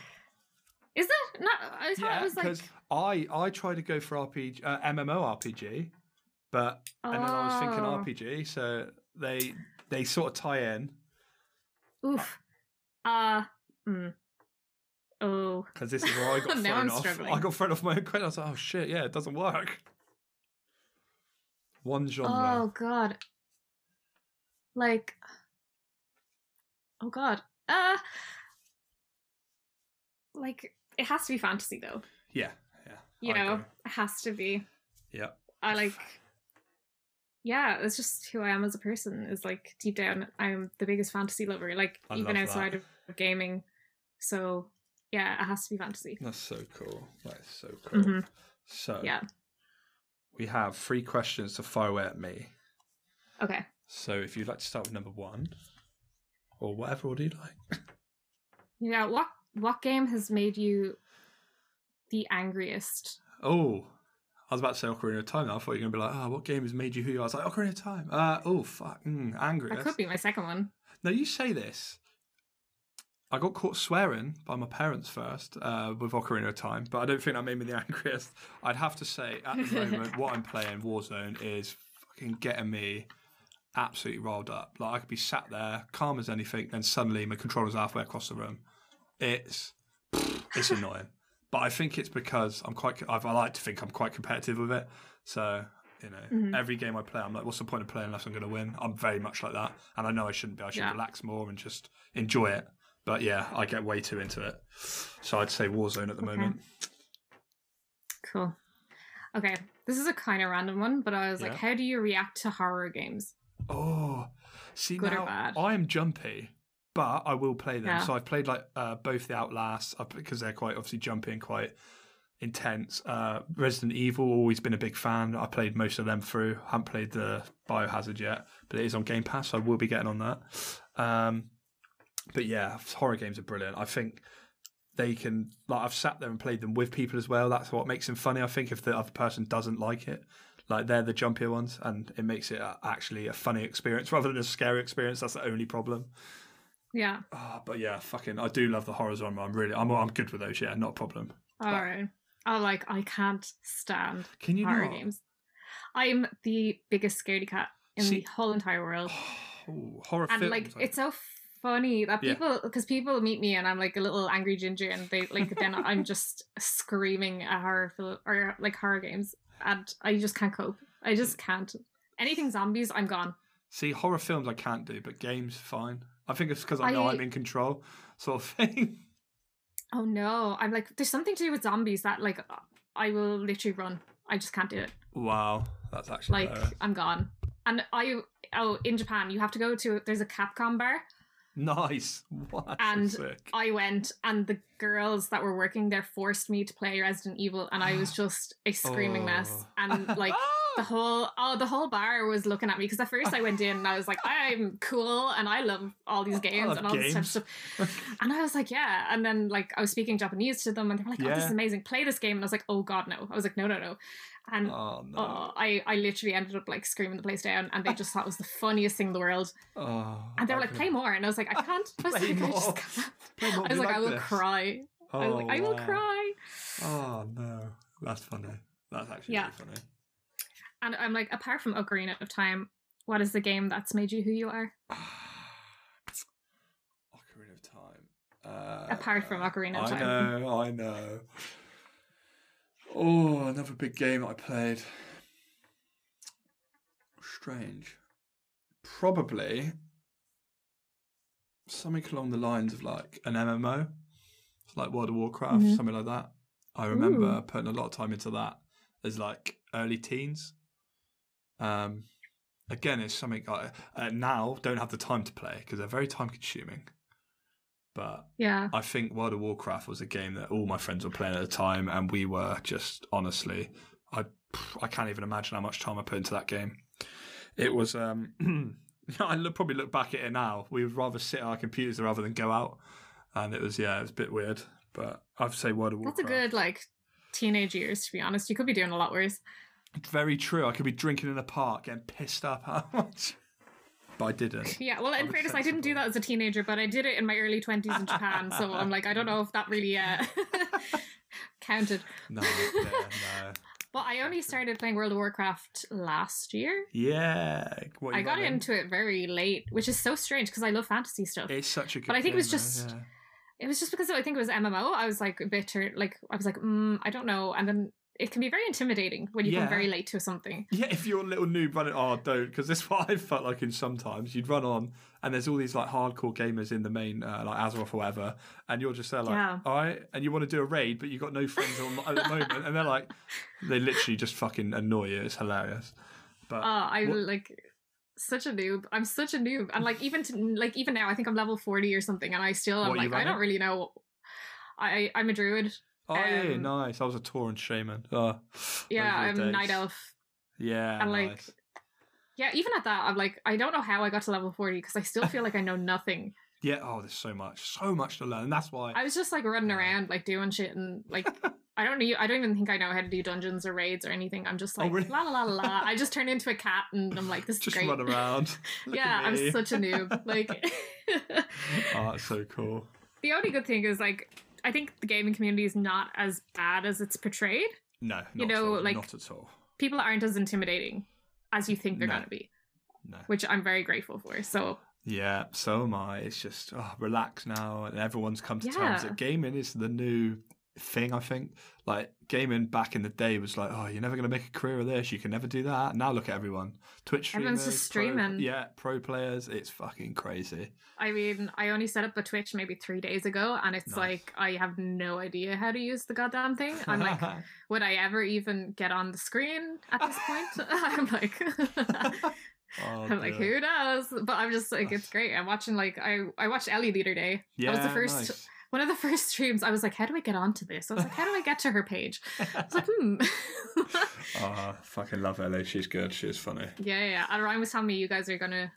Is it? No, I thought it was like. because I I tried to go for RPG uh, MMO RPG, but and then I was thinking Oh. RPG, so they they sort of tie in Oof. Uh. Mm. Oh. because this is where I got Now thrown I'm off. struggling. I got thrown off my own quid. I was like, oh shit, yeah, it doesn't work. One genre. Oh god. Like. Oh god. Uh. Like it has to be fantasy though. Yeah, yeah. You I know, agree. it has to be. Yeah. I like. Yeah, it's just who I am as a person. Is like deep down, I'm the biggest fantasy lover. Like I love even that. outside of gaming, so yeah, it has to be fantasy. That's so cool. That is so cool. Mhm. So Yeah. we have three questions to fire away at me. Okay. So if you'd like to start with number one, or whatever order you like. Yeah. What What game has made you the angriest? Oh, I was about to say Ocarina of Time. I thought you were going to be like, oh, what game has made you who you are? I was like, Ocarina of Time. Uh, oh, fuck. Mm, angry. That could be my second one. No, you say this. I got caught swearing by my parents first uh, with Ocarina of Time, but I don't think that made me the angriest. I'd have to say at the moment, what I'm playing Warzone is fucking getting me absolutely riled up. Like I could be sat there calm as anything, then suddenly my controller's halfway across the room. It's it's annoying, but I think it's because I'm quite. I've, I like to think I'm quite competitive with it, so you know, Mhm. every game I play, I'm like, what's the point of playing unless I'm going to win? I'm very much like that, and I know I shouldn't be. I should Yeah. relax more and just enjoy it. But yeah, I get way too into it. So I'd say Warzone at the Okay. moment. Cool. Okay, this is a kind of random one, but I was like, Yeah. how do you react to horror games? Oh, see Good or now bad? I am jumpy, but I will play them. Yeah. So I've played like uh, both the Outlasts uh, because they're quite obviously jumpy and quite intense. Uh, Resident Evil always been a big fan. I played most of them through. Haven't played the Biohazard yet, but it is on Game Pass, so I will be getting on that. Um, but yeah, horror games are brilliant. I think they can like I've sat there and played them with people as well. That's what makes them funny. I think if the other person doesn't like it, like they're the jumpier ones, and it makes it a- actually a funny experience rather than a scary experience. That's the only problem. Yeah. Ah, but yeah, fucking, I do love the horror genre. I'm really, I'm, I'm good with those. Yeah, not a problem. all But- right. Oh, like I can't stand Can you horror not? games. I'm the biggest scaredy cat in See- the whole entire world, Oh, horror and films. like it's so funny that Yeah. people because people meet me and I'm like a little angry ginger, and they like then I'm just screaming at horror film or like horror games, and I just can't cope. I just Mm. can't. Anything zombies, I'm gone. see horror films. I can't do, but games fine. I think it's because I know I- I'm in control, sort of thing. Oh no, I'm like there's something to do with zombies that like I will literally run. I just can't do it. wow, that's actually like hilarious. I'm gone. And I oh in Japan you have to go to there's a Capcom bar. nice. What? And sick. I went and the girls that were working there forced me to play Resident Evil and I was just a screaming mess Oh. and like the whole oh the whole bar was looking at me because at first I went in and I was like I'm cool and I love all I these games love and all this type games. of stuff and I was like yeah and then like I was speaking Japanese to them and they were like oh this Yeah. is amazing play this game and I was like oh god no I was like no no no and oh no. Oh, I, I literally ended up like screaming the place down, and they just thought it was the funniest thing in the world. Oh, And they were I like, can- "Play more," and I was like, "I can't." I was Play like, "I just more. can't." Play more, I was we like, "I will this." cry." I Oh, was like, "I will wow. cry," Oh no, that's funny. That's actually Yeah. really funny. and I'm like, apart from Ocarina of Time, what is the game that's made you who you are? Ocarina of Time. Uh, Apart from Ocarina of I Time. know, I know. Oh, another big game I played. Strange. Probably something along the lines of like an MMO, like World of Warcraft, Mhm. something like that. I remember putting a lot of time into that as like early teens. Um, again, it's something I uh, now don't have the time to play because they're very time consuming. But Yeah, I think World of Warcraft was a game that all my friends were playing at the time, and we were just honestly, I I can't even imagine how much time I put into that game. It was, um, I look, probably look back at it now. We would rather sit at our computers rather than go out, and it was yeah, it was a bit weird. But I'd say World of that's Warcraft. a good like teenage years. To be honest, you could be doing a lot worse. Very true. I could be drinking in a park, getting pissed up. How much? but I didn't. Yeah, well, in was fairness, I didn't do sensible. that as a teenager, but I did it in my early 20s in Japan. So I'm like, I don't know if that really uh, counted. No, yeah, no. But I only started playing World of Warcraft last year. Yeah, what, you I got then? into it very late, which is so strange because I love fantasy stuff. It's such a good. But I think it was game, though, just- yeah. It was just because I think it was MMO. I was like a bit tur- like I was like, mm, I don't know. And then it can be very intimidating when you Yeah. come very late to something. Yeah, if you're a little noob running, oh, don't, because that's what I felt like in sometimes. You'd run on, and there's all these like hardcore gamers in the main, uh, like Azeroth or whatever, and you're just there like, Yeah. all right, and you want to do a raid, but you've got no friends on at the moment, and they're like, they literally just fucking annoy you. It's hilarious. But Oh, I'm What- like such a noob. I'm such a noob. And like even to, like even now, I think I'm level forty or something, and I still I'm What are you like I don't running? really know. I I'm a druid. oh yeah, um, nice. I was a Tauren shaman. Oh, Yeah, I'm those were the night days. elf. Yeah, and, like, nice. Yeah, even at that, I'm like I don't know how I got to level forty because I still feel like I know nothing. yeah. Oh, there's so much, so much to learn. And that's why I was just like running Yeah. around like doing shit and like. I don't know. I don't even think I know how to do dungeons or raids or anything. I'm just Oh, like really? la la la la. la. I just turn into a cat and I'm like, this is just great. run around. Look at yeah, I'm me. such a noob. Like, oh, that's so cool. the only good thing is like I think the gaming community is not as bad as it's portrayed. No, not You at know, all, like- not at all. People aren't as intimidating as you think they're No. going to be, No. which I'm very grateful for. So Yeah, so am I. It's just oh, relax now, and everyone's come to terms Yeah. that gaming is the new thing. I think like gaming back in the day was like, oh, you're never going to make a career of this. You can never do that. Now look at everyone, Twitch streamers, Everyone's just pro- streaming. yeah, pro players. It's fucking crazy. I mean, I only set up a Twitch maybe three days ago, and it's Nice. like I have no idea how to use the goddamn thing. I'm like, would I ever even get on the screen at this point? I'm like. Oh, I'm like, dear. who knows? But I'm just like, it's Us. great. I'm watching like I I watched Ellie the other day. Yeah, was the first- One of the first streams, I was like, how do I get onto this? I was like, how do I get to her page? I was like, hmm. Nice. oh, fucking love Ellie. She's good. She's funny. Yeah, yeah. And Ryan was telling me you guys are gonna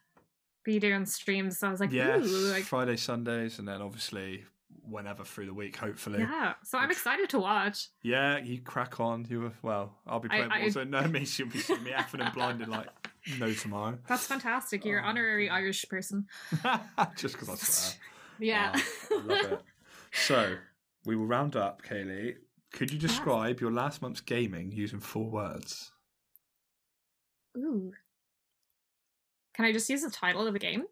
be doing streams, so I was like, Yes, ooh, like Friday, Sundays, and then obviously whenever through the week, hopefully. yeah. So I'm Which- excited to watch. Yeah, you crack on. You were, well, I'll be I- playing I- Warzone. No, me, she'll be seeing me effing and blinded like no tomorrow. That's fantastic. You're Oh, an honorary God. Irish person. Just because I swear. Yeah. Oh, I love it. So we will round up, Kaylee. Could you describe your last month's gaming using four words? ooh. Can I just use the title of a game,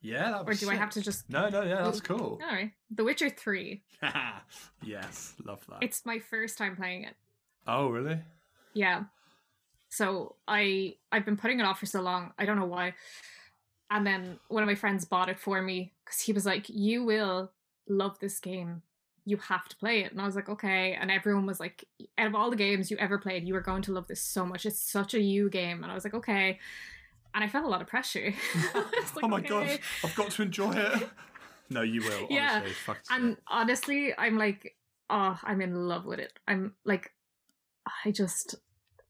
Yeah, that or do I have to just? No, no, yeah, Oh, that's cool. All right, The Witcher Three. yes, love that. It's my first time playing it. Oh, really? Yeah. So I I've been putting it off for so long. I don't know why. And then one of my friends bought it for me because he was like, "You will love this game. You have to play it." And I was like, "Okay." And everyone was like, "Out of all the games you ever played, you are going to love this so much. It's such a you game." And I was like, "Okay." And I felt a lot of pressure. I was like, oh my "Okay." gosh, I've got to enjoy it. No, you will. Yeah, Um, Honestly. Fuck it's And honestly, I'm like, oh, I'm in love with it. I'm like, I just,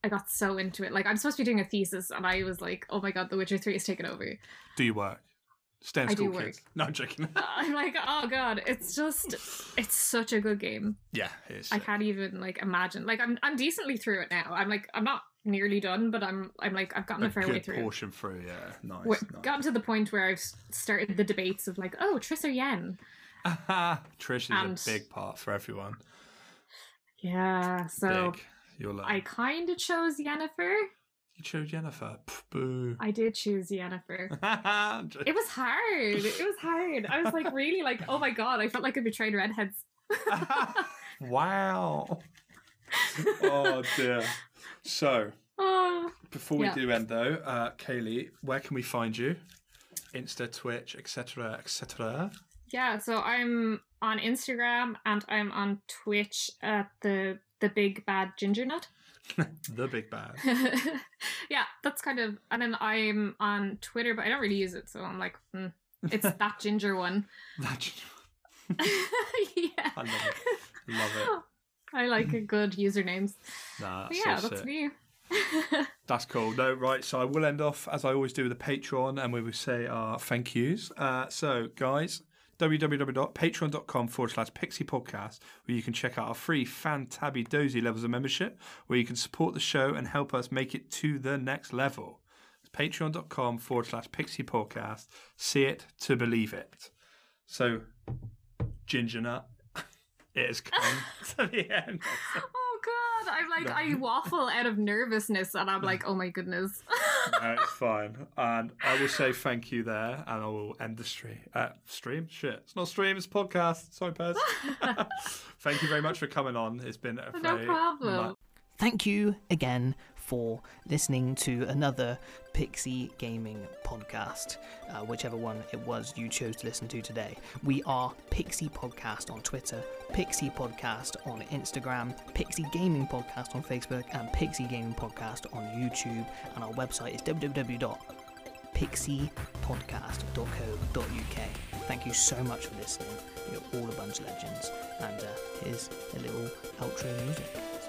I got so into it. Like, I'm supposed to be doing a thesis, and I was like, oh my god, The Witcher Three is taken over. Do you work? Stay in I school, do kids. No, I'm joking. I'm like, oh god, it's just, it's such a good game. yeah, it is. I can't even like imagine. Like, I'm, I'm decently through it now. I'm like, I'm not nearly done, but I'm, I'm like, I've gotten a, a fair way good through. portion through. Yeah, nice. We're- nice. Gotten to the point where I've s- started the debates of like, oh, Triss or Yen. Trish is And- a big part for everyone. Yeah, so big. You're like I kind of chose Yennefer. you chose Jennifer. Pff, boo. I did choose Yennefer. I'm joking. It was hard. It was hard. I was like, really, like, oh my god, I felt like I betrayed redheads. wow. oh dear. So oh, before we Yeah. do end though, uh, Kaylee, where can we find you? Insta, Twitch, etc., etc. yeah. So I'm on Instagram and I'm on Twitch at the the big bad ginger nut. The big bad. yeah, that's kind of. And then I'm on Twitter, but I don't really use it, so I'm like, hmm, it's that ginger one. That's- yeah. I love it. Love it. I like a good usernames. Nah, But that's yeah, so that's sick. me. That's cool. No, right. So I will end off as I always do with a Patreon, and we will say our thank yous. Uh, so, guys, www.patreon.com forward slash pixie podcast, where you can check out our free fan tabby dozy levels of membership, where you can support the show and help us make it to the next level. patreon.com forward slash pixie podcast. See it to believe it. So, Ginger Nut, it has come to the end. Oh god, I'm like I waffle out of nervousness, and I'm like, oh my goodness. No, it's fine. And I will say thank you there, and I will end the stream. Uh, stream? Shit. It's not stream, it's podcast. Sorry, Pez. thank you very much for coming on. It's been a no very problem. mu- Thank you again for listening to another Pixie Gaming podcast, uh, whichever one it was you chose to listen to today. We are Pixie Podcast on Twitter, Pixie Podcast on Instagram, Pixie Gaming Podcast on Facebook, and Pixie Gaming Podcast on YouTube. And our website is www.pixiepodcast.co.uk. Thank you so much for listening. You're all a bunch of legends. And uh, here's a little outro music.